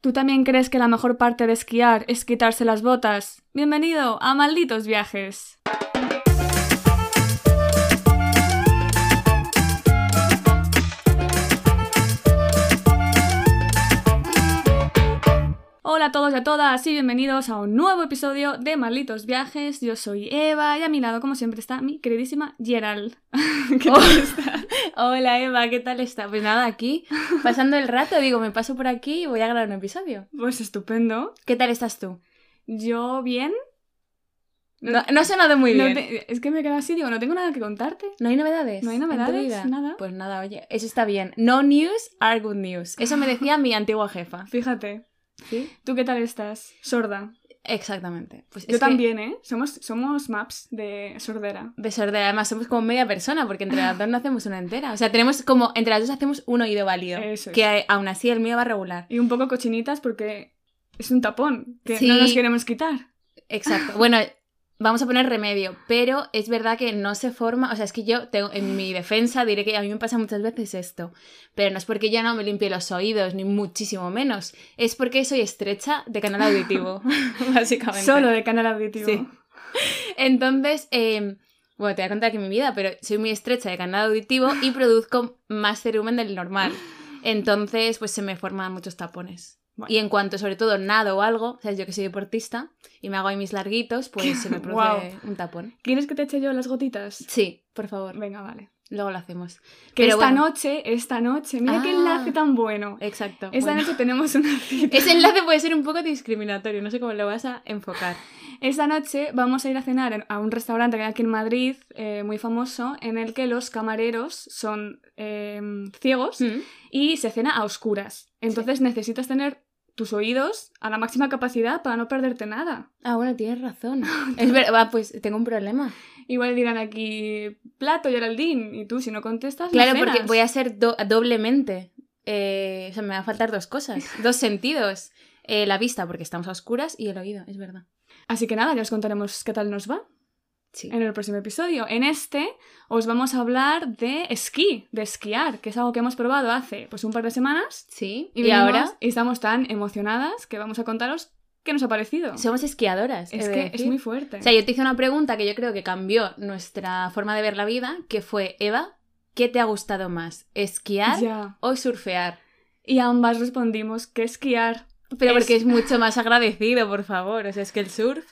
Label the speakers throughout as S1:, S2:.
S1: ¿Tú también crees que la mejor parte de esquiar es quitarse las botas? Bienvenido a Malditos Viajes. Hola a todos y a todas y bienvenidos a un nuevo episodio de Malditos Viajes. Yo soy Eva y a mi lado, como siempre, está mi queridísima Gerald. ¿Qué tal estás?
S2: Oh. Hola Eva, ¿qué tal está? Pues nada, aquí, pasando el rato, digo, me paso por aquí y voy a grabar un episodio.
S1: Pues estupendo.
S2: ¿Qué tal estás tú?
S1: Yo bien.
S2: No, no ha sonado muy
S1: No
S2: bien.
S1: te- es que me quedo así, digo, no tengo nada que contarte.
S2: ¿No hay novedades?
S1: No hay
S2: en tu
S1: novedades,
S2: vida?
S1: nada.
S2: Pues nada, oye, eso está bien. No news are good news. Eso me decía mi antigua jefa.
S1: Fíjate.
S2: ¿Sí?
S1: ¿Tú qué tal estás? Sorda.
S2: Exactamente. Pues
S1: Yo
S2: es que-
S1: también, ¿eh? Somos, somos maps de sordera.
S2: De sordera, además somos como media persona, porque entre las dos no hacemos una entera. O sea, tenemos como, entre las dos hacemos un oído válido.
S1: Eso es.
S2: Que eh, aún así el mío va regular.
S1: Y un poco cochinitas porque es un tapón que no
S2: Sí.
S1: nos queremos quitar.
S2: Exacto. Bueno, vamos a poner remedio, pero es verdad que no se forma, o sea, es que yo tengo, en mi defensa diré que a mí me pasa muchas veces esto, pero no es porque yo no me limpie los oídos, ni muchísimo menos, es porque soy estrecha de canal auditivo, básicamente.
S1: Solo de canal auditivo.
S2: Sí. Entonces, eh, bueno, te voy a contar que mi vida, pero soy muy estrecha de canal auditivo y produzco más cerumen del normal. Entonces, pues se me forman muchos tapones.
S1: Bueno.
S2: Y en cuanto, sobre todo, nado o algo, sabes, yo que soy deportista y me hago ahí mis larguitos, pues se me produce un tapón.
S1: ¿Quieres que te eche yo las gotitas?
S2: Sí, por favor,
S1: Venga, vale.
S2: luego lo hacemos.
S1: Que
S2: Pero
S1: esta
S2: bueno.
S1: noche, esta noche, mira qué
S2: Ah.
S1: enlace tan bueno.
S2: Exacto.
S1: Esta
S2: bueno.
S1: noche tenemos una cita.
S2: Ese enlace puede ser un poco discriminatorio, no sé cómo lo vas a enfocar.
S1: Esta noche vamos a ir a cenar en- a un restaurante que hay aquí en Madrid, eh, muy famoso, en el que los camareros son eh, ciegos
S2: Mm.
S1: y se cena a oscuras. Entonces necesitas tener tus oídos a la máxima capacidad para no perderte nada.
S2: Ah, bueno, tienes razón. Es verdad, va, pues tengo un problema.
S1: Igual dirán aquí, plato, Geraldine, y tú si no contestas,
S2: Claro, porque voy a ser do- doblemente. eh, o sea, me va a faltar dos cosas, dos sentidos. Eh, la vista, porque estamos a oscuras, y el oído, es verdad.
S1: Así que nada, ya os contaremos qué tal nos va
S2: Sí.
S1: en el próximo episodio. En este os vamos a hablar de esquí, de esquiar, que es algo que hemos probado hace pues un par de semanas.
S2: Sí.
S1: Y,
S2: Y,
S1: venimos-
S2: ahora
S1: y estamos tan emocionadas que vamos a contaros qué nos ha parecido.
S2: somos esquiadoras. he
S1: es
S2: de
S1: que es
S2: decir.
S1: muy fuerte.
S2: O sea, yo te hice una pregunta que yo creo que cambió nuestra forma de ver la vida, que fue, Eva, ¿qué te ha gustado más? ¿Esquiar
S1: Ya.
S2: o surfear?
S1: Y ambas respondimos que esquiar.
S2: Pero
S1: Es-
S2: porque es mucho más agradecido, por favor. O sea, es que el surf...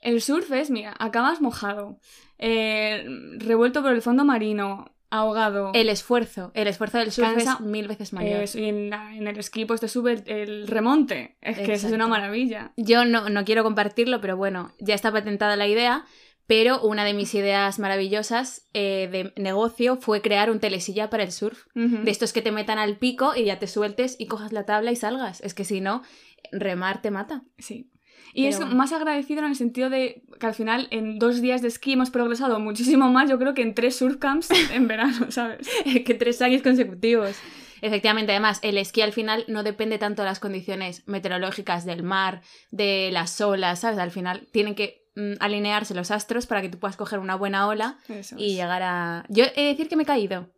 S1: El surf es, mira, acabas mojado, eh, revuelto por el fondo marino, ahogado.
S2: El esfuerzo, el esfuerzo del surf
S1: Cansa-
S2: es mil veces mayor.
S1: Eso, y en, la- en el esquí pues te sube el, el remonte. Es que eso es una
S2: Exacto.
S1: maravilla.
S2: Yo no, no quiero compartirlo, pero bueno, ya está patentada la idea. Pero una de mis ideas maravillosas eh, de negocio fue crear un telesilla para el surf.
S1: Ujú.
S2: De estos que te metan al pico y ya te sueltes y cojas la tabla y salgas. Es que si no, remar te mata.
S1: Sí. Y
S2: Pero
S1: es
S2: bueno.
S1: más agradecido en el sentido de que al final en dos días de esquí hemos progresado muchísimo más, yo creo que en tres surf camps en verano, ¿sabes?
S2: que tres años consecutivos. Efectivamente, además, el esquí al final no depende tanto de las condiciones meteorológicas del mar, de las olas, ¿sabes? Al final tienen que mm, alinearse los astros para que tú puedas coger una buena ola
S1: Eso
S2: y
S1: es.
S2: llegar a... Yo he de decir que me he caído.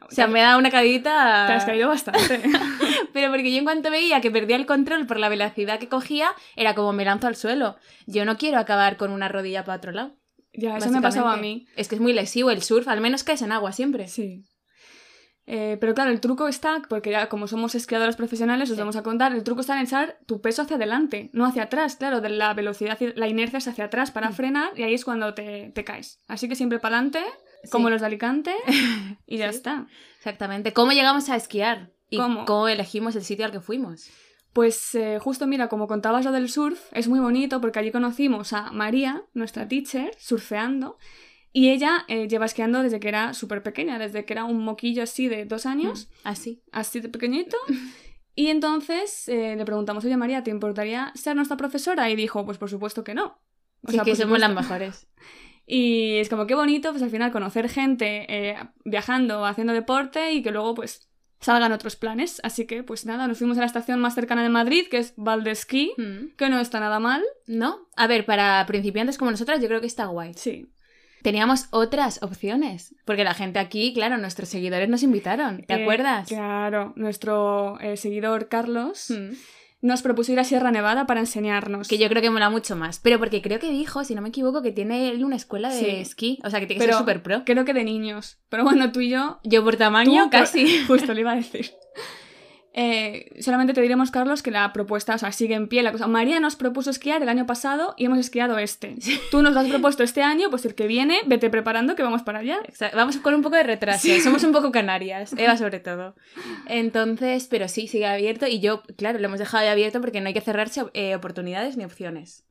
S2: O sea,
S1: Te-
S2: me ha dado una caídita.
S1: Te has caído bastante.
S2: Pero porque yo en cuanto veía que perdía el control por la velocidad que cogía, era como me lanzo al suelo. Yo no quiero acabar con una rodilla para otro lado.
S1: ya, eso me ha pasado a mí.
S2: básicamente. Es que es muy lesivo el surf, al menos caes en agua siempre.
S1: Sí. Eh, pero claro, el truco está, porque ya como somos esquiadores profesionales, os
S2: Sí.
S1: vamos a contar, el truco está en echar tu peso hacia adelante, no hacia atrás, claro, de la velocidad, y la inercia es hacia atrás para
S2: Mm.
S1: frenar y ahí es cuando te, te caes. Así que siempre para adelante, como
S2: Sí.
S1: los de Alicante, y ya
S2: Sí.
S1: está.
S2: Exactamente. ¿Cómo llegamos a esquiar? ¿Y
S1: ¿Cómo?
S2: cómo, elegimos el sitio al que fuimos?
S1: Pues eh, justo mira, como contabas lo del surf, es muy bonito porque allí conocimos a María, nuestra teacher, surfeando, y ella eh, lleva esquiando desde que era súper pequeña, desde que era un moquillo así de dos años.
S2: Mm. Así.
S1: así de pequeñito. Y entonces eh, le preguntamos, oye María, ¿te importaría ser nuestra profesora? Y dijo, pues por supuesto que no. O
S2: Sí,
S1: sea,
S2: que
S1: por
S2: somos
S1: supuesto.
S2: las mejores.
S1: Y es como qué bonito, pues al final conocer gente eh, viajando, haciendo deporte y que luego pues salgan otros planes. Así que pues nada, nos fuimos a la estación más cercana de Madrid, que es Valdesquí,
S2: Mm.
S1: que no está nada mal.
S2: ¿No? A ver, para principiantes como nosotras, yo creo que está guay.
S1: Sí.
S2: Teníamos otras opciones. Porque la gente aquí, claro, nuestros seguidores nos invitaron. ¿Te
S1: Eh,
S2: acuerdas?
S1: Claro, nuestro eh, seguidor Carlos
S2: Mm.
S1: nos propuso ir a Sierra Nevada para enseñarnos.
S2: Que yo creo que mola mucho más. Pero porque creo que dijo, si no me equivoco, que tiene él una escuela de
S1: Sí.
S2: esquí. O sea, que tiene que
S1: Pero
S2: ser súper pro.
S1: Creo que de niños. Pero bueno, tú y yo
S2: Yo por tamaño,
S1: Tú, por-
S2: casi.
S1: Justo le iba a decir. Eh, solamente te diremos, Carlos, que la propuesta, o sea, sigue en pie la cosa. María nos propuso esquiar el año pasado y hemos esquiado este. Tú nos lo has propuesto este año, pues el que viene, vete preparando que vamos para allá.
S2: O sea, Vamos con un poco de retraso. Somos un poco canarias. Eva, sobre todo. Entonces, pero sí, sigue abierto. Y yo, claro, lo hemos dejado ya abierto porque no hay que cerrarse eh, oportunidades ni opciones.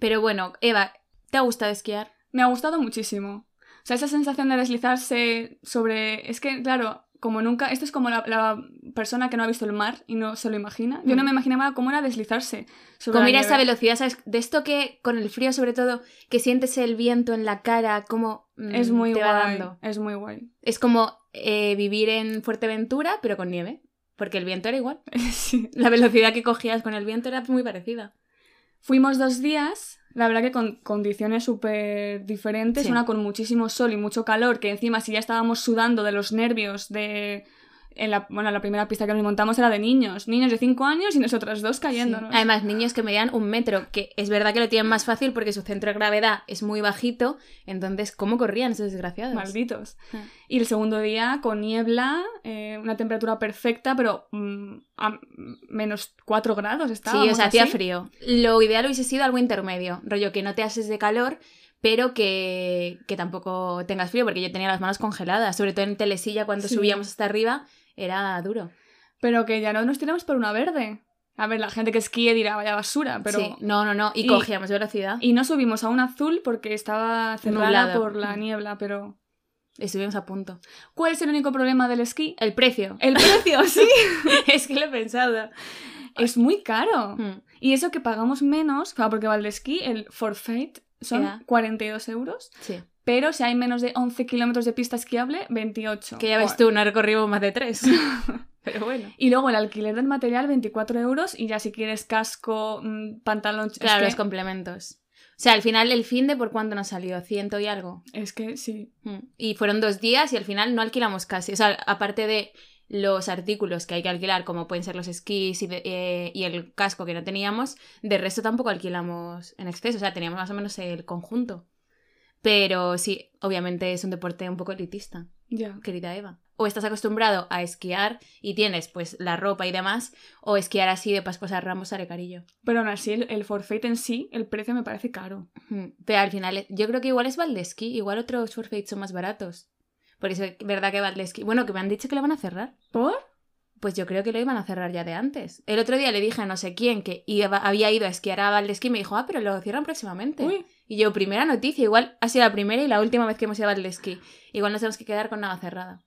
S2: Pero bueno, Eva, ¿te ha gustado esquiar?
S1: Me ha gustado muchísimo. O sea, esa sensación de deslizarse sobre... Es que, claro, como nunca... Esto es como la, la persona que no ha visto el mar y no se lo imagina. Yo no
S2: Mm.
S1: me imaginaba cómo era deslizarse sobre
S2: Como
S1: la
S2: ir a
S1: nieve.
S2: esa velocidad, ¿sabes? De esto que con el frío, sobre todo, que sientes el viento en la cara, como mm,
S1: Es muy
S2: te va
S1: guay.
S2: dando.
S1: Es muy guay.
S2: Es como eh, vivir en Fuerteventura, pero con nieve. Porque el viento era igual.
S1: sí.
S2: La velocidad que cogías con el viento era muy parecida.
S1: Fuimos dos días, la verdad que con condiciones súper diferentes,
S2: Sí.
S1: una con muchísimo sol y mucho calor, que encima si ya estábamos sudando de los nervios de... En la, bueno, la primera pista que nos montamos era de niños, niños de 5 años y nosotras dos cayéndonos.
S2: Sí. Además, niños que medían un metro, que es verdad que lo tienen más fácil porque su centro de gravedad es muy bajito. Entonces, ¿cómo corrían esos desgraciados?
S1: Malditos.
S2: Ah.
S1: Y el segundo día con niebla, eh, una temperatura perfecta, pero mm, a menos 4 grados
S2: Sí,
S1: estaba.
S2: o sea, hacía frío. Lo ideal hubiese sido algo intermedio, rollo que no te haces de calor, pero que, que tampoco tengas frío, porque yo tenía las manos congeladas, sobre todo en telesilla cuando
S1: Sí.
S2: subíamos hasta arriba, era duro.
S1: Pero que ya no nos tiramos por una verde. A ver, la gente que esquíe dirá, vaya basura, pero
S2: Sí, no, no, no, y,
S1: y-
S2: cogíamos velocidad.
S1: Y no subimos a un azul porque estaba cerrada
S2: Nublado. Mm.
S1: por la niebla, pero...
S2: Estuvimos a punto.
S1: ¿Cuál es el único problema del esquí?
S2: El precio.
S1: El precio, sí.
S2: es que lo he pensado.
S1: es muy caro.
S2: Hmm.
S1: Y eso que pagamos menos, claro, porque vale el esquí, el forfeit son
S2: Ya.
S1: 42 euros,
S2: Sí.
S1: pero si hay menos de 11 kilómetros de pista esquiable, 28.
S2: Que ya ves tú, no recorrimos más de tres. pero bueno.
S1: Y luego el alquiler del material, 24 euros, y ya si quieres casco, mm, pantalón... es
S2: Claro,
S1: que-
S2: los complementos. O sea, al final el fin de por cuánto nos salió, ciento y algo.
S1: es que sí.
S2: Mm. Y fueron dos días y al final no alquilamos casi. O sea, aparte de los artículos que hay que alquilar, como pueden ser los esquís y, de- eh, y el casco que no teníamos, de resto tampoco alquilamos en exceso. O sea, teníamos más o menos el conjunto. Pero sí, obviamente es un deporte un poco elitista,
S1: Ya.
S2: querida Eva. O estás acostumbrado a esquiar y tienes pues la ropa y demás, o esquiar así de Pascuas a Ramos a Arecarillo.
S1: Pero aún así, el, el forfeit en sí, el precio me parece caro.
S2: Mm, Pero al final, yo creo que igual es Valdeski, igual otros forfeits son más baratos. Por eso es verdad que Valdeski. Bueno, que me han dicho que lo van a cerrar.
S1: ¿Por?
S2: Pues yo creo que lo iban a cerrar ya de antes. El otro día le dije a no sé quién que iba- había ido a esquiar a Valdeski y me dijo, ah, pero lo cierran próximamente.
S1: Uy,
S2: Y yo, primera noticia, igual ha sido la primera y la última vez que hemos ido a Valdeski. Igual nos tenemos que quedar con nada cerrada.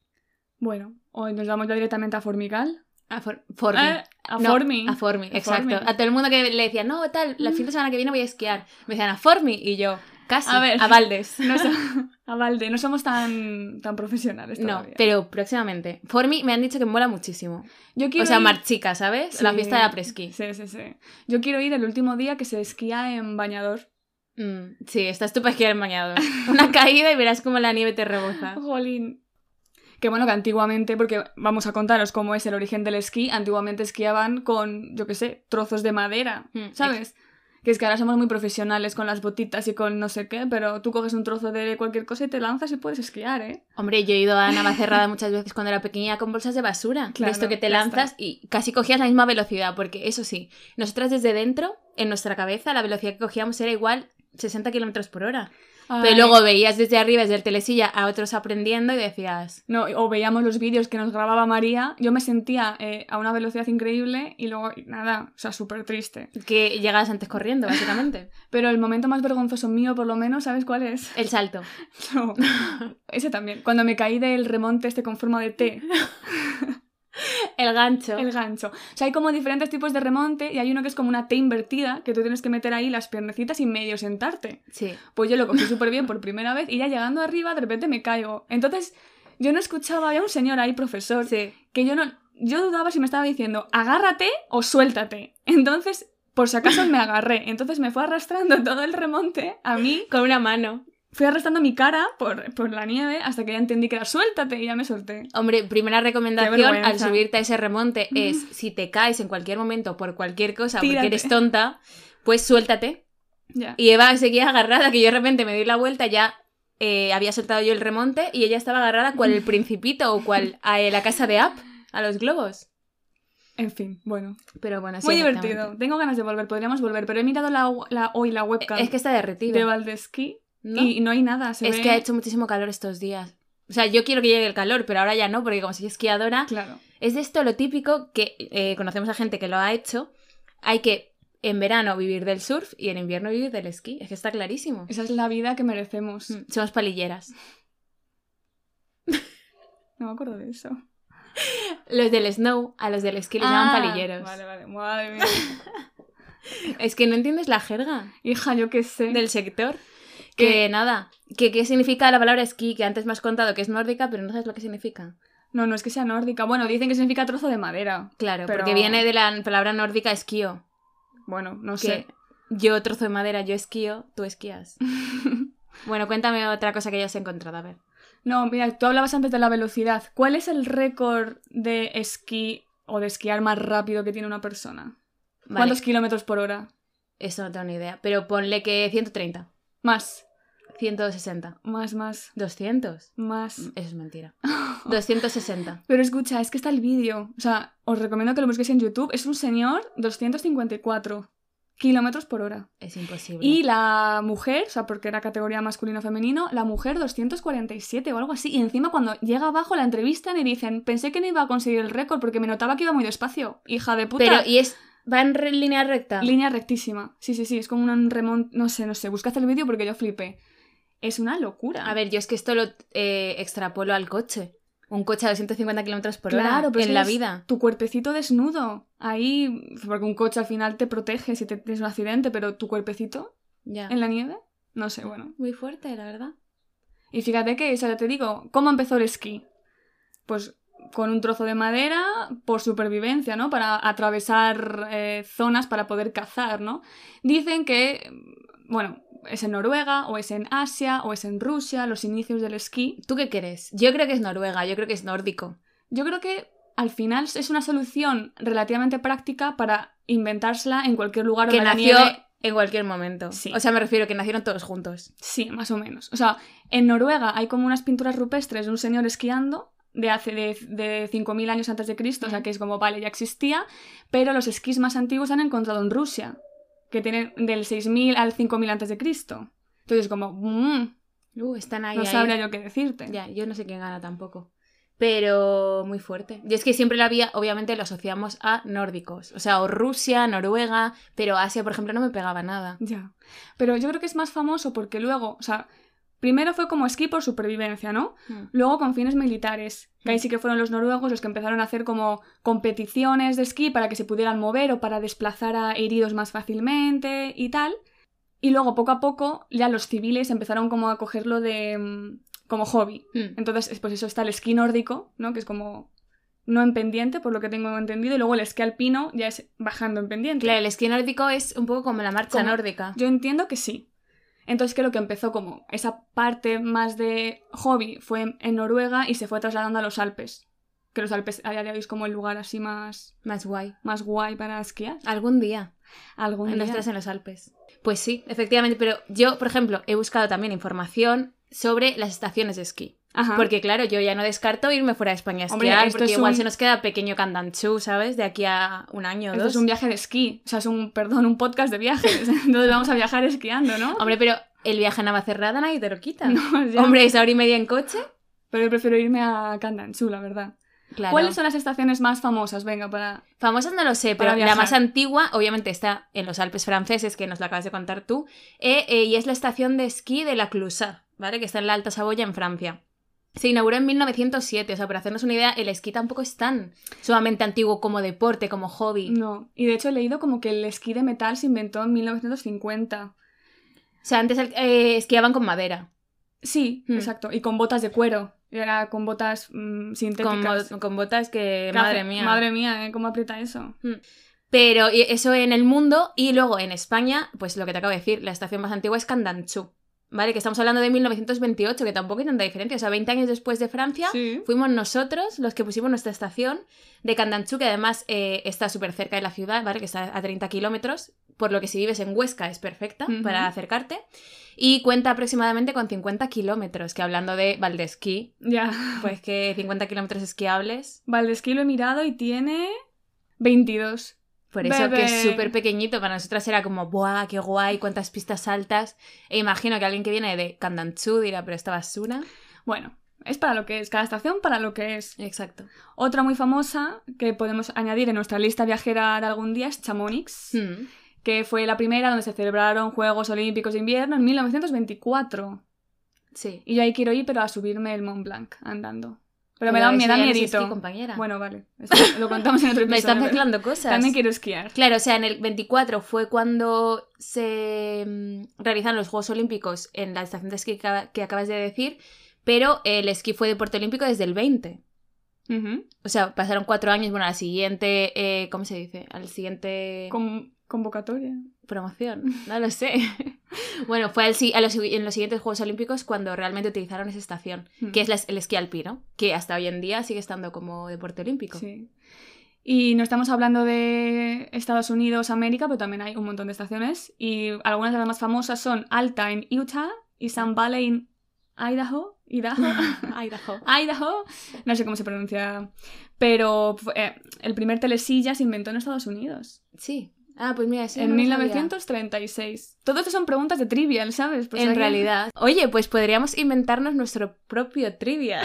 S1: Bueno, hoy nos vamos ya directamente a Formigal.
S2: A For- Formi.
S1: Ah, a
S2: No,
S1: Formi.
S2: A Formi,
S1: A
S2: exacto.
S1: Formi. Mm.
S2: A todo el mundo que le decía, no, tal, la fin de semana que viene voy a esquiar. Me decían, a Formi. Y yo, casi,
S1: A
S2: a,
S1: ver.
S2: Valdes.
S1: No so- a Valde, no somos tan, tan profesionales
S2: No,
S1: todavía.
S2: pero próximamente. Formi me han dicho que mola muchísimo.
S1: Yo quiero
S2: o sea,
S1: ir-
S2: Marchica, ¿sabes? La
S1: Sí.
S2: fiesta de apresquí.
S1: Sí, sí, sí. Yo quiero ir el último día que se esquía en bañador.
S2: Mm, sí, estás tú para esquiar en bañador. Una caída y verás cómo la nieve te reboza.
S1: Jolín. Que bueno, que antiguamente, porque vamos a contaros cómo es el origen del esquí, antiguamente esquiaban con, yo qué sé, trozos de madera,
S2: Mm,
S1: ¿sabes? Que es que ahora somos muy profesionales con las botitas y con no sé qué, pero tú coges un trozo de cualquier cosa y te lanzas y puedes esquiar, ¿eh?
S2: Hombre, yo he ido a Navacerrada muchas veces cuando era pequeña con bolsas de basura. de
S1: Claro,
S2: esto que te
S1: ya
S2: lanzas y casi cogías la misma velocidad, porque eso sí, nosotras desde dentro, en nuestra cabeza, la velocidad que cogíamos era igual 60 kilómetros por hora. Pero
S1: Ay.
S2: luego veías desde arriba, desde el telesilla, a otros aprendiendo y decías,
S1: No, o veíamos los vídeos que nos grababa María, yo me sentía eh, a una velocidad increíble y luego y nada, o sea, súper triste.
S2: que llegas antes corriendo, básicamente.
S1: Pero el momento más vergonzoso mío, por lo menos, ¿sabes cuál es?
S2: El salto.
S1: No. Ese también. Cuando me caí del remonte este con forma de T,
S2: El gancho.
S1: el gancho. O sea, hay como diferentes tipos de remonte y hay uno que es como una T invertida, que tú tienes que meter ahí las piernecitas y medio sentarte.
S2: Sí.
S1: Pues yo lo cogí súper bien por primera vez y ya llegando arriba de repente me caigo. Entonces, yo no escuchaba, había un señor ahí, profesor,
S2: Sí.
S1: que yo no yo dudaba si me estaba diciendo agárrate o suéltate. Entonces, por si acaso me agarré. Entonces me fue arrastrando todo el remonte a mí
S2: Con una mano.
S1: fui arrastrando mi cara por, por la nieve hasta que ya entendí que era suéltate y ya me solté.
S2: Hombre, primera
S1: Qué
S2: recomendación
S1: vergüenza.
S2: al subirte a ese remonte es, si te caes en cualquier momento por cualquier cosa,
S1: Tírate.
S2: porque eres tonta, pues suéltate.
S1: Ya.
S2: Y Eva seguía agarrada, que yo de repente me di la vuelta, ya eh, había soltado yo el remonte y ella estaba agarrada cual el principito o cual a eh, la casa de App, a los globos.
S1: En fin, bueno.
S2: Pero bueno, sí,
S1: Muy
S2: exactamente.
S1: divertido. Tengo ganas de volver, podríamos volver, pero he mirado la, la- hoy la webcam
S2: Es que está derretido.
S1: de Valdesquí
S2: ¿no?
S1: y no hay nada. Se
S2: es
S1: ve-
S2: que ha hecho muchísimo calor estos días. O sea, yo quiero que llegue el calor, pero ahora ya no, porque como soy esquiadora,
S1: Claro.
S2: Es de esto lo típico que eh, conocemos a gente que lo ha hecho. Hay que en verano vivir del surf y en invierno vivir del esquí. Es que está clarísimo.
S1: Esa es la vida que merecemos.
S2: Mm, Somos palilleras.
S1: No me acuerdo de eso.
S2: Los del snow, a los del esquí les llaman
S1: Ah,
S2: palilleros.
S1: Vale, vale. Madre mía.
S2: Es que no entiendes la jerga
S1: Hija, yo qué sé.
S2: del sector. Que
S1: ¿Qué?
S2: nada, que qué significa la palabra esquí, que antes me has contado que es nórdica, pero no sabes lo que significa.
S1: No, no es que sea nórdica. Bueno, dicen que significa trozo de madera.
S2: Claro,
S1: Pero-
S2: porque viene de la palabra nórdica esquío.
S1: Bueno, no
S2: Que
S1: sé.
S2: yo trozo de madera, yo esquío, tú esquías. bueno, cuéntame otra cosa que hayas encontrado, a ver.
S1: No, mira, tú hablabas antes de la velocidad. ¿Cuál es el récord de esquí o de esquiar más rápido que tiene una persona?
S2: Vale.
S1: ¿Cuántos kilómetros por hora?
S2: Eso no tengo ni idea. Pero ponle que 130,
S1: Más,
S2: 160,
S1: más, más,
S2: 200.
S1: más.
S2: Mm, Eso es mentira. 260.
S1: Pero escucha, es que está el vídeo. O sea, os recomiendo que lo busquéis en YouTube. Es un señor 254 kilómetros por hora.
S2: Es imposible.
S1: Y la mujer, o sea, porque era categoría masculino-femenino, la mujer 247 o algo así. Y encima cuando llega abajo la entrevistan y dicen, pensé que no iba a conseguir el récord porque me notaba que iba muy despacio. Hija de puta.
S2: Pero, ¿y es. va en re- línea recta?
S1: Línea rectísima. Sí, sí, sí, es como un remonte, no sé, no sé. Buscad el vídeo porque yo flipé. Es una locura.
S2: A ver, yo es que esto lo eh, extrapolo al coche. Un coche a 250 kilómetros por hora
S1: Claro, pero es que
S2: en la
S1: es-
S2: vida.
S1: tu cuerpecito desnudo. Ahí, porque un coche al final te protege si te tienes un accidente, pero tu cuerpecito
S2: Ya.
S1: en la nieve, no sé, bueno.
S2: Muy fuerte, la verdad.
S1: Y fíjate que, eso ya te digo, ¿cómo empezó el esquí? Pues con un trozo de madera por supervivencia, ¿no? Para atravesar eh, zonas para poder cazar, ¿no? Dicen que, bueno, es en Noruega, o es en Asia, o es en Rusia, los inicios del esquí.
S2: ¿Tú qué crees? Yo creo que es Noruega, yo creo que es nórdico.
S1: Yo creo que al final es una solución relativamente práctica para inventársela en cualquier lugar
S2: que
S1: donde la
S2: nació
S1: nieve-
S2: en cualquier momento.
S1: Sí.
S2: O sea, me refiero que nacieron todos juntos.
S1: Sí, más o menos. O sea, en Noruega hay como unas pinturas rupestres de un señor esquiando de hace de, de 5.000 años antes de Cristo, o
S2: Mm.
S1: sea que es como, vale, ya existía, pero los esquís más antiguos se han encontrado en Rusia, que tienen del 6.000 al 5.000 antes de Cristo. Entonces como, mm,
S2: Uh, están ahí.
S1: no
S2: ahí.
S1: sabría yo qué decirte.
S2: Ya, yo no sé quién gana tampoco. Pero muy fuerte. Y es que siempre la vía, obviamente, lo asociamos a nórdicos. O sea, o Rusia, Noruega, pero Asia, por ejemplo, no me pegaba nada.
S1: Ya. Pero yo creo que es más famoso porque luego, o sea, primero fue como esquí por supervivencia, ¿no?
S2: Hmm.
S1: Luego con fines militares, que ahí sí que fueron los noruegos los que empezaron a hacer como competiciones de esquí para que se pudieran mover o para desplazar a heridos más fácilmente y tal. Y luego poco a poco ya los civiles empezaron como a cogerlo de mm, como hobby.
S2: Mm.
S1: Entonces, pues eso está el esquí nórdico, ¿no? Que es como no en pendiente, por lo que tengo entendido, y luego el esquí alpino ya es bajando en pendiente.
S2: Claro, el esquí nórdico es un poco como la marcha
S1: Como-
S2: nórdica.
S1: Yo entiendo que sí. Entonces creo que empezó como esa parte más de hobby fue en- en Noruega y se fue trasladando a los Alpes. Que los Alpes a día de hoy es como el lugar así más,
S2: Más guay.
S1: más guay para esquiar.
S2: Algún día.
S1: Algún día.
S2: Nosotras en los Alpes. Pues sí, efectivamente. Pero yo, por ejemplo, he buscado también información sobre las estaciones de esquí.
S1: Ajá.
S2: Porque claro, yo ya no descarto irme fuera de España a esquiar,
S1: Ah. Hombre, esto
S2: porque
S1: es
S2: igual
S1: un-
S2: se nos queda pequeño candanchú, ¿sabes? De aquí a un año o
S1: esto
S2: dos.
S1: es un viaje de esquí. O sea, es un, perdón, un podcast de viajes. Entonces vamos a viajar esquiando, ¿no?
S2: Hombre, pero el viaje a Navacerrada nadie te lo quita.
S1: No, ya.
S2: Hombre, esa hora y media en coche.
S1: Pero yo prefiero irme a Candanchú, la verdad.
S2: Claro.
S1: ¿Cuáles son las estaciones más famosas? Venga, para...
S2: Famosas no lo sé,
S1: Para
S2: pero la
S1: viajar.
S2: más antigua, obviamente, está en los Alpes franceses, que nos la acabas de contar tú, eh, eh, y es la estación de esquí de la Clusaz, ¿vale? Que está en la Alta Saboya, en Francia. Se inauguró en 1907, o sea, para hacernos una idea, el esquí tampoco es tan sumamente antiguo como deporte, como hobby.
S1: No. Y de hecho he leído como que el esquí de metal se inventó en 1950.
S2: O sea, antes eh, esquiaban con madera,
S1: Sí,
S2: Hmm.
S1: exacto. Y con botas de cuero. Era con botas mm,
S2: con,
S1: sintéticas.
S2: bo- con botas que...
S1: Cafe.
S2: Madre mía.
S1: Madre mía, ¿eh? ¿cómo aprieta eso?
S2: Pero y- eso en el mundo y luego en España, pues lo que te acabo de decir, la estación más antigua es Candanchú, ¿vale? Que estamos hablando de 1928, que tampoco hay tanta diferencia. O sea, 20 años después de Francia,
S1: Sí.
S2: fuimos nosotros los que pusimos nuestra estación de Candanchú, que además eh, está súper cerca de la ciudad, ¿vale? Que está a 30 kilómetros, por lo que si vives en Huesca es perfecta
S1: Ujú.
S2: para acercarte. Y cuenta aproximadamente con 50 kilómetros, que hablando de Valdesquí,
S1: Ya.
S2: pues que 50 kilómetros esquiables.
S1: Valdesquí lo he mirado y tiene 22.
S2: Por eso que es
S1: Bebé.
S2: súper pequeñito, para nosotras era como, ¡buah, qué guay! ¿Cuántas pistas altas? E imagino que alguien que viene de Candanchú dirá, pero esta basura.
S1: Bueno, es para lo que es, cada estación para lo que es.
S2: Exacto.
S1: Otra muy famosa que podemos añadir en nuestra lista viajera de algún día es Chamonix,
S2: Hmm.
S1: que fue la primera donde se celebraron Juegos Olímpicos de Invierno en 1924.
S2: Sí.
S1: Y yo ahí quiero ir, pero a subirme el Mont Blanc andando. Pero me da,
S2: eso
S1: me da
S2: ya no Pues es
S1: miedito.
S2: esquí, compañera.
S1: bueno, vale. Esto lo contamos en otro episodio.
S2: me están
S1: pero
S2: mezclando cosas.
S1: También quiero esquiar.
S2: Claro, o sea, en el 24 fue cuando se mm, realizaron los Juegos Olímpicos en la estación de esquí que, acaba- que acabas de decir, pero el esquí fue deporte olímpico desde el 20.
S1: Ujú.
S2: O sea, pasaron cuatro años, bueno, a la siguiente, eh, ¿cómo se dice? Al siguiente
S1: Con- convocatoria.
S2: promoción, no lo sé. bueno, fue al si- a los, en los siguientes Juegos Olímpicos cuando realmente utilizaron esa estación,
S1: Hmm.
S2: que es la- el esquí alpino, que hasta hoy en día sigue estando como deporte olímpico.
S1: Sí. Y no estamos hablando de Estados Unidos, América, pero también hay un montón de estaciones. Y algunas de las más famosas son Alta en Utah y Sun Valley en Idaho. Idaho.
S2: Idaho.
S1: Idaho. No sé cómo se pronuncia. Pero fu- eh, el primer telesilla se inventó en Estados Unidos.
S2: Sí. Ah, pues mira, eso
S1: en
S2: no lo sabía.
S1: 1936. Todo esto son preguntas de trivial, ¿sabes? Pues Por si
S2: Pues en
S1: alguien-
S2: realidad. Oye, pues podríamos inventarnos nuestro propio trivia.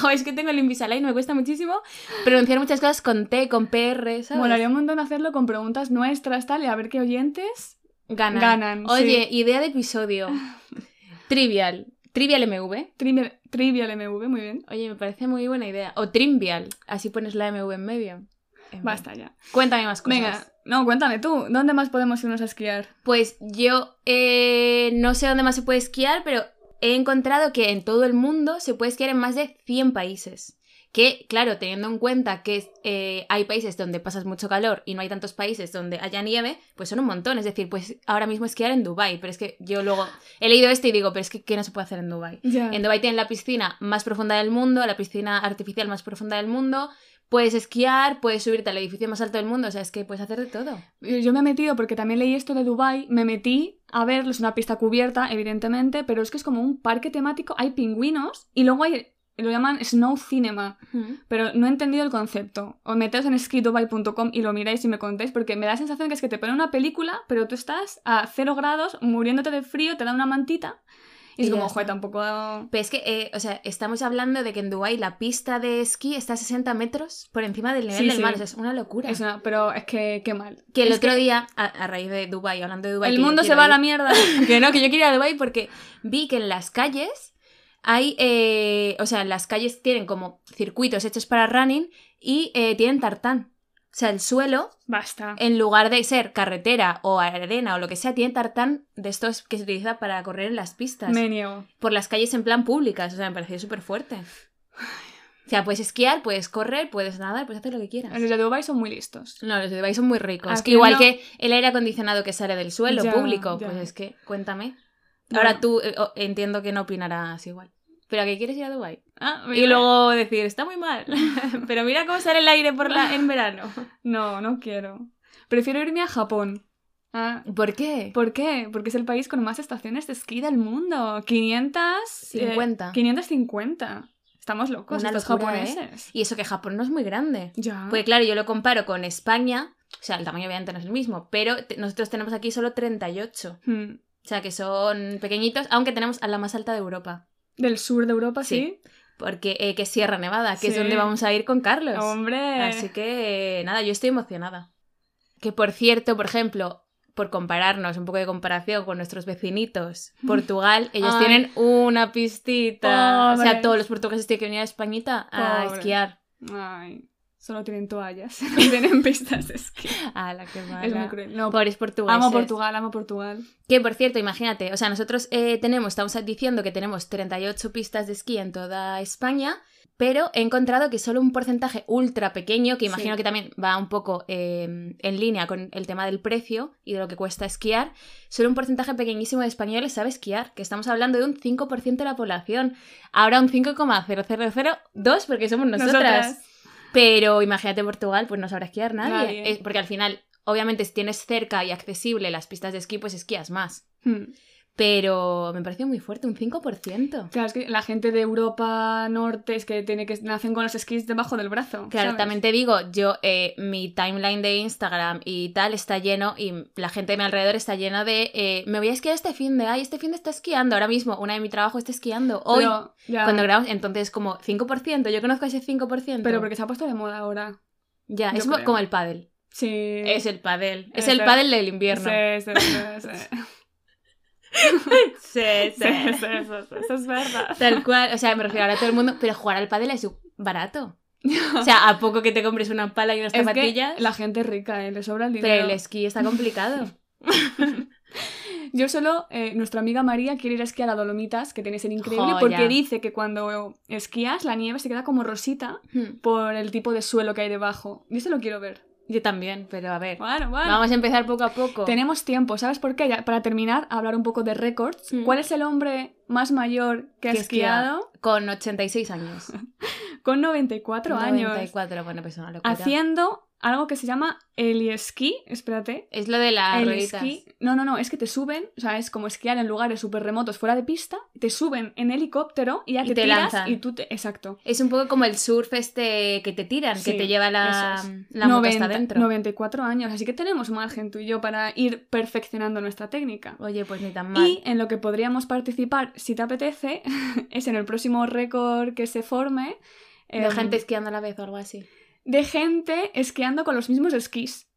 S2: jo, es que tengo el Invisalign, me cuesta muchísimo pronunciar muchas cosas con T, con PR, ¿sabes?
S1: Molaría un montón hacerlo con preguntas nuestras, tal, y a ver qué oyentes.
S2: Ganan.
S1: Ganan,
S2: Oye, idea de episodio. Trivial. Trivial MV.
S1: Trivial, trivial MV, muy bien.
S2: Oye, me parece muy buena idea. O Trimvial. Así pones la MV en medio. En fin.
S1: Basta ya.
S2: Cuéntame más cosas.
S1: Venga, no, cuéntame tú, ¿dónde más podemos irnos a esquiar?
S2: Pues yo eh, no sé dónde más se puede esquiar, pero he encontrado que en todo el mundo se puede esquiar en más de 100 países. Que, claro, teniendo en cuenta que eh, hay países donde pasas mucho calor y no hay tantos países donde haya nieve, pues son un montón. Es decir, pues ahora mismo esquiar en Dubai pero es que yo luego he leído esto y digo, pero es que ¿qué no se puede hacer en Dubai
S1: Ya.
S2: En Dubai tienen la piscina más profunda del mundo, la piscina artificial más profunda del mundo, puedes esquiar, puedes subirte al edificio más alto del mundo, o sea, es que puedes hacer de todo.
S1: Yo me he metido, porque también leí esto de Dubai me metí a verlo, es una pista cubierta, evidentemente, pero es que es como un parque temático, hay pingüinos y luego hay, lo llaman Snow Cinema, pero no he entendido el concepto. Os meteos en skidubai.com y lo miráis y me contéis, porque me da la sensación que es que te ponen una película, pero tú estás a cero grados, muriéndote de frío, te dan una mantita, y es
S2: Y ya
S1: como,
S2: está.
S1: joder, tampoco...
S2: Pero es que, eh, o sea, estamos hablando de que en Dubái la pista de esquí está a 60 metros por encima del nivel
S1: Sí,
S2: del
S1: sí.
S2: mar. O sea, es una locura.
S1: Es una- pero es que, qué mal.
S2: Que el
S1: Es
S2: otro día, a, a raíz de Dubái, hablando de Dubái...
S1: el
S2: que yo
S1: mundo se
S2: quiero
S1: va a
S2: ir-
S1: la mierda.
S2: Que no, que yo quería ir a Dubái porque vi que en las calles hay... eh, o sea, en las calles tienen como circuitos hechos para running y eh, tienen tartán. O sea, el suelo,
S1: Basta.
S2: en lugar de ser carretera o arena o lo que sea, tiene tartán de estos que se utiliza para correr en las pistas.
S1: Me niego.
S2: por las calles en plan públicas. O sea, me pareció súper fuerte. O sea, puedes esquiar, puedes correr, puedes nadar, puedes hacer lo que quieras.
S1: Los de Dubai son muy listos.
S2: No, los de Dubai son muy ricos.
S1: Aquí
S2: Que igual
S1: no-
S2: que el aire acondicionado que sale del suelo
S1: Ya,
S2: público.
S1: ya.
S2: Pues es que, cuéntame.
S1: Bueno.
S2: Ahora tú eh, oh, entiendo que no opinarás igual. Pero ¿a qué quieres ir a Dubai?
S1: Ah,
S2: Y luego decir, está muy mal. Pero mira cómo sale el aire por la... en verano.
S1: No, no quiero. Prefiero irme a Japón. Ah,
S2: ¿Por qué?
S1: ¿Por qué? Porque es el país con más estaciones de esquí del mundo. 500... eh,
S2: 50.
S1: 550. Estamos locos
S2: Una
S1: los
S2: locura, ¿eh?
S1: japoneses.
S2: Y eso que Japón no es muy grande.
S1: Ya.
S2: Pues claro, yo lo comparo con España, o sea, el tamaño obviamente no es el mismo, pero te- nosotros tenemos aquí solo 38,
S1: Hmm.
S2: o sea, que son pequeñitos, aunque tenemos a la más alta de Europa,
S1: Del sur de Europa, sí.
S2: porque eh, que es Sierra Nevada, que es
S1: Sí.
S2: donde vamos a ir con Carlos.
S1: Hombre.
S2: Así que eh, nada, yo estoy emocionada. Que por cierto, por ejemplo, por compararnos, un poco de comparación con nuestros vecinitos, Portugal, ellos
S1: Ay.
S2: tienen una pistita. O sea,
S1: Pobres.
S2: todos los portugueses tienen que venir a Españita a
S1: Pobres.
S2: esquiar.
S1: Ay. Solo tienen toallas, no tienen pistas de esquí.
S2: Ah, la que mala.
S1: Es muy cruel. No,
S2: Pobres portugueses.
S1: amo Portugal, amo Portugal.
S2: Que por cierto, imagínate, o sea, nosotros eh, tenemos, estamos diciendo que tenemos 38 pistas de esquí en toda España, pero he encontrado que solo un porcentaje ultra pequeño, que imagino
S1: Sí.
S2: que también va un poco eh, en línea con el tema del precio y de lo que cuesta esquiar, solo un porcentaje pequeñísimo de españoles sabe esquiar, que estamos hablando de un 5% de la población. Ahora un 5,0002 porque somos nosotras. Pero imagínate Portugal, pues no sabrá esquiar nadie.
S1: Nadie.
S2: Es- porque al final, obviamente, si tienes cerca y accesible las pistas de esquí, pues esquías más.
S1: Hmm.
S2: Pero me pareció muy fuerte, un 5%.
S1: Claro, es que la gente de Europa Norte es que tiene que nacen con los esquís debajo del brazo.
S2: Claro,
S1: ¿sabes?
S2: también te digo, yo, eh, mi timeline de Instagram y tal está lleno, y la gente de mi alrededor está llena de, eh, me voy a esquiar este fin de, ay, este fin de está esquiando, ahora mismo, una de mi trabajo está esquiando, hoy,
S1: Pero, ya,
S2: cuando grabamos, entonces como 5%, yo conozco ese 5%.
S1: pero porque se ha puesto de moda ahora.
S2: Ya,
S1: yo
S2: es como-
S1: creo.
S2: como el pádel.
S1: Sí.
S2: Es el pádel, es
S1: Es
S2: el
S1: el-
S2: pádel del invierno.
S1: Sí, sí, sí, sí. Sí,
S2: Sí,
S1: sí, sí, sí, Eso es verdad.
S2: Tal cual, o sea, me refiero ahora a todo el mundo, pero jugar al pádel es barato. O sea, a poco que te compres una pala y unas
S1: Es que
S2: zapatillas,
S1: la gente es rica, ¿eh? le sobra el
S2: pero
S1: dinero.
S2: el esquí está complicado.
S1: Yo solo, eh, nuestra amiga María quiere ir a esquiar a Dolomitas, que tiene ser increíble,
S2: Joya.
S1: porque dice que cuando esquías la nieve se queda como rosita
S2: Hmm,
S1: por el tipo de suelo que hay debajo. Yo se lo quiero ver.
S2: Yo también, pero a ver,
S1: Bueno, bueno.
S2: vamos a empezar poco a poco.
S1: Tenemos tiempo, ¿sabes por qué? Ya, para terminar, hablar un poco de récords.
S2: Mm.
S1: ¿Cuál es el hombre más mayor que ha
S2: Que esquía.
S1: esquiado?
S2: Con 86 años.
S1: Con 94 años.
S2: 94, bueno, pues una locura.
S1: Haciendo algo que se llama el esquí. Espérate.
S2: Es lo de las
S1: el
S2: rueditas.
S1: esquí. No, no, no, es que te suben, o sea, es como esquiar en lugares súper remotos fuera de pista, te suben en helicóptero y ya
S2: Y
S1: te,
S2: te
S1: tiras
S2: lanzan.
S1: y tú te. Exacto.
S2: Es un poco como el surf este que te tiran, que
S1: Sí,
S2: te lleva la,
S1: eso
S2: la moto hasta
S1: 90
S2: adentro.
S1: 94 años, así que tenemos margen tú y yo para ir perfeccionando nuestra técnica.
S2: Oye, pues ni tan mal.
S1: Y en lo que podríamos participar, si te apetece, es en el próximo récord que se forme.
S2: De
S1: em,
S2: gente esquiando a la vez o algo así.
S1: de gente esquiando con los mismos esquís.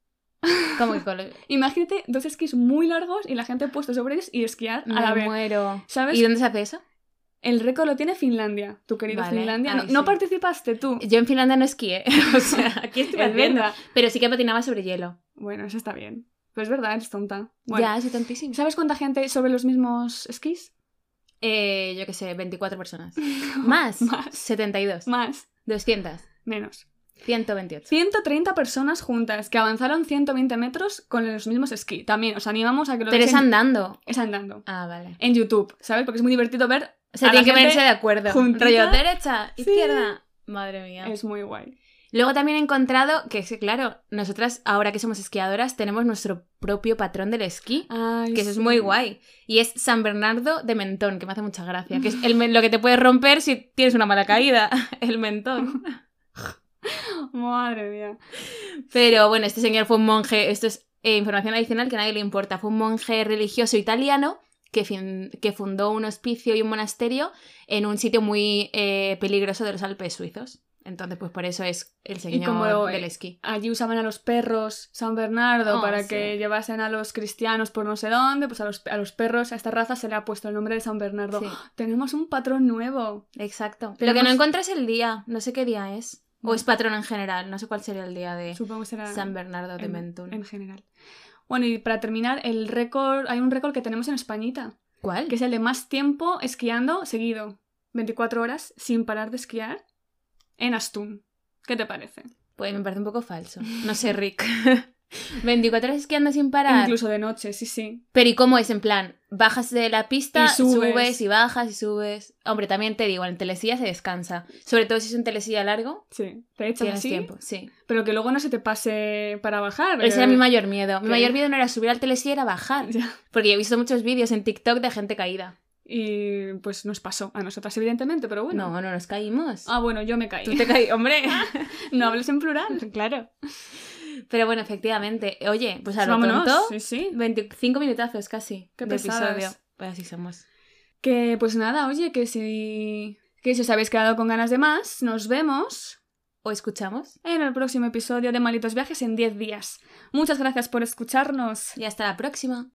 S2: Como que con los-
S1: Imagínate dos esquís muy largos y la gente puesta sobre ellos y esquiar a la
S2: Me
S1: vez.
S2: muero.
S1: ¿Sabes?
S2: ¿Y dónde se hace eso?
S1: El récord lo tiene Finlandia, tu querido
S2: Vale,
S1: Finlandia.
S2: ahí
S1: No, no
S2: sí.
S1: participaste tú.
S2: Yo en Finlandia no esquié, o sea, aquí estuve
S1: Es
S2: viendo.
S1: verdad.
S2: Pero sí que patinaba sobre hielo.
S1: Bueno, eso está bien. Pero es verdad, es tonta. Bueno,
S2: Ya, soy tontísimo.
S1: ¿sabes cuánta gente sobre los mismos esquís?
S2: Eh, yo qué sé, 24 personas. Más,
S1: Más.
S2: 72.
S1: Más,
S2: 200.
S1: menos.
S2: 128.
S1: 130 personas juntas que avanzaron 120 metros con los mismos esquí. También os animamos a que lo
S2: Pero
S1: veáis
S2: es
S1: en-
S2: andando.
S1: es andando.
S2: Ah, vale.
S1: En YouTube, ¿sabes? Porque es muy divertido ver.
S2: O sea,
S1: A la
S2: tienen que
S1: gente
S2: ponerse de acuerdo.
S1: juntita.
S2: Rollo derecha,
S1: Sí.
S2: izquierda. Madre mía.
S1: Es muy guay.
S2: Luego también he encontrado que, sí, claro, nosotras ahora que somos esquiadoras tenemos nuestro propio patrón del esquí.
S1: Ay,
S2: Que eso es
S1: sí.
S2: muy guay. Y es San Bernardo de Mentón, que me hace mucha gracia. Que es el, men- lo que te puedes romper si tienes una mala caída. El mentón.
S1: Madre mía.
S2: Pero bueno, este señor fue un monje, esto es eh, información adicional que a nadie le importa, fue un monje religioso italiano que, fin- que fundó un hospicio y un monasterio en un sitio muy eh, peligroso de los Alpes suizos. Entonces, pues por eso es el señor
S1: como, eh,
S2: del esquí.
S1: Allí usaban a los perros San Bernardo
S2: Oh,
S1: para
S2: sí.
S1: que llevasen a los cristianos por no sé dónde. Pues a los, a los perros, a esta raza se le ha puesto el nombre de San Bernardo.
S2: Sí,
S1: Tenemos un patrón nuevo.
S2: exacto. Lo que
S1: Tenemos-
S2: no encuentro es el día, no sé qué día es. O
S1: Bueno.
S2: es patrón en general, no sé cuál sería el día de
S1: Supongo que será
S2: San Bernardo de
S1: en-
S2: Mentón.
S1: en general. Bueno, y para terminar, el récord, hay un récord que tenemos en Españita.
S2: ¿Cuál?
S1: que es el de más tiempo esquiando seguido, 24 horas sin parar de esquiar en Astún. ¿Qué te parece?
S2: Pues me parece un poco falso. No sé, Rick. 24 horas esquiando sin parar.
S1: Incluso de noche, sí, sí.
S2: Pero ¿y cómo es? En plan, bajas de la pista,
S1: Y
S2: subes.
S1: subes.
S2: y bajas y subes. Hombre, también te digo, en telesilla se descansa. Sobre todo si es un telesilla largo,
S1: Sí, te echas
S2: tienes
S1: así,
S2: tiempo. Sí.
S1: pero que luego no se te pase para bajar.
S2: Ese
S1: eh.
S2: era mi mayor miedo. Mi
S1: ¿Qué?
S2: mayor miedo no era subir al telesilla, era bajar.
S1: Ya.
S2: Porque yo he visto muchos vídeos en TikTok de gente caída.
S1: Y pues nos pasó, a nosotras evidentemente, pero bueno.
S2: No, no nos caímos.
S1: Ah, bueno, yo me caí.
S2: Tú te caí, hombre.
S1: No hables en plural.
S2: claro. Pero bueno, efectivamente. Oye, pues a lo
S1: Vámonos.
S2: tonto,
S1: Sí, sí.
S2: 25 minutazos casi
S1: Qué
S2: de
S1: pesadas.
S2: episodio. Pues así somos.
S1: Que pues nada, oye, que si... Que si os habéis quedado con ganas de más, nos vemos.
S2: ¿O escuchamos?
S1: en el próximo episodio de Malitos Viajes en 10 días. Muchas gracias por escucharnos.
S2: Y hasta la próxima.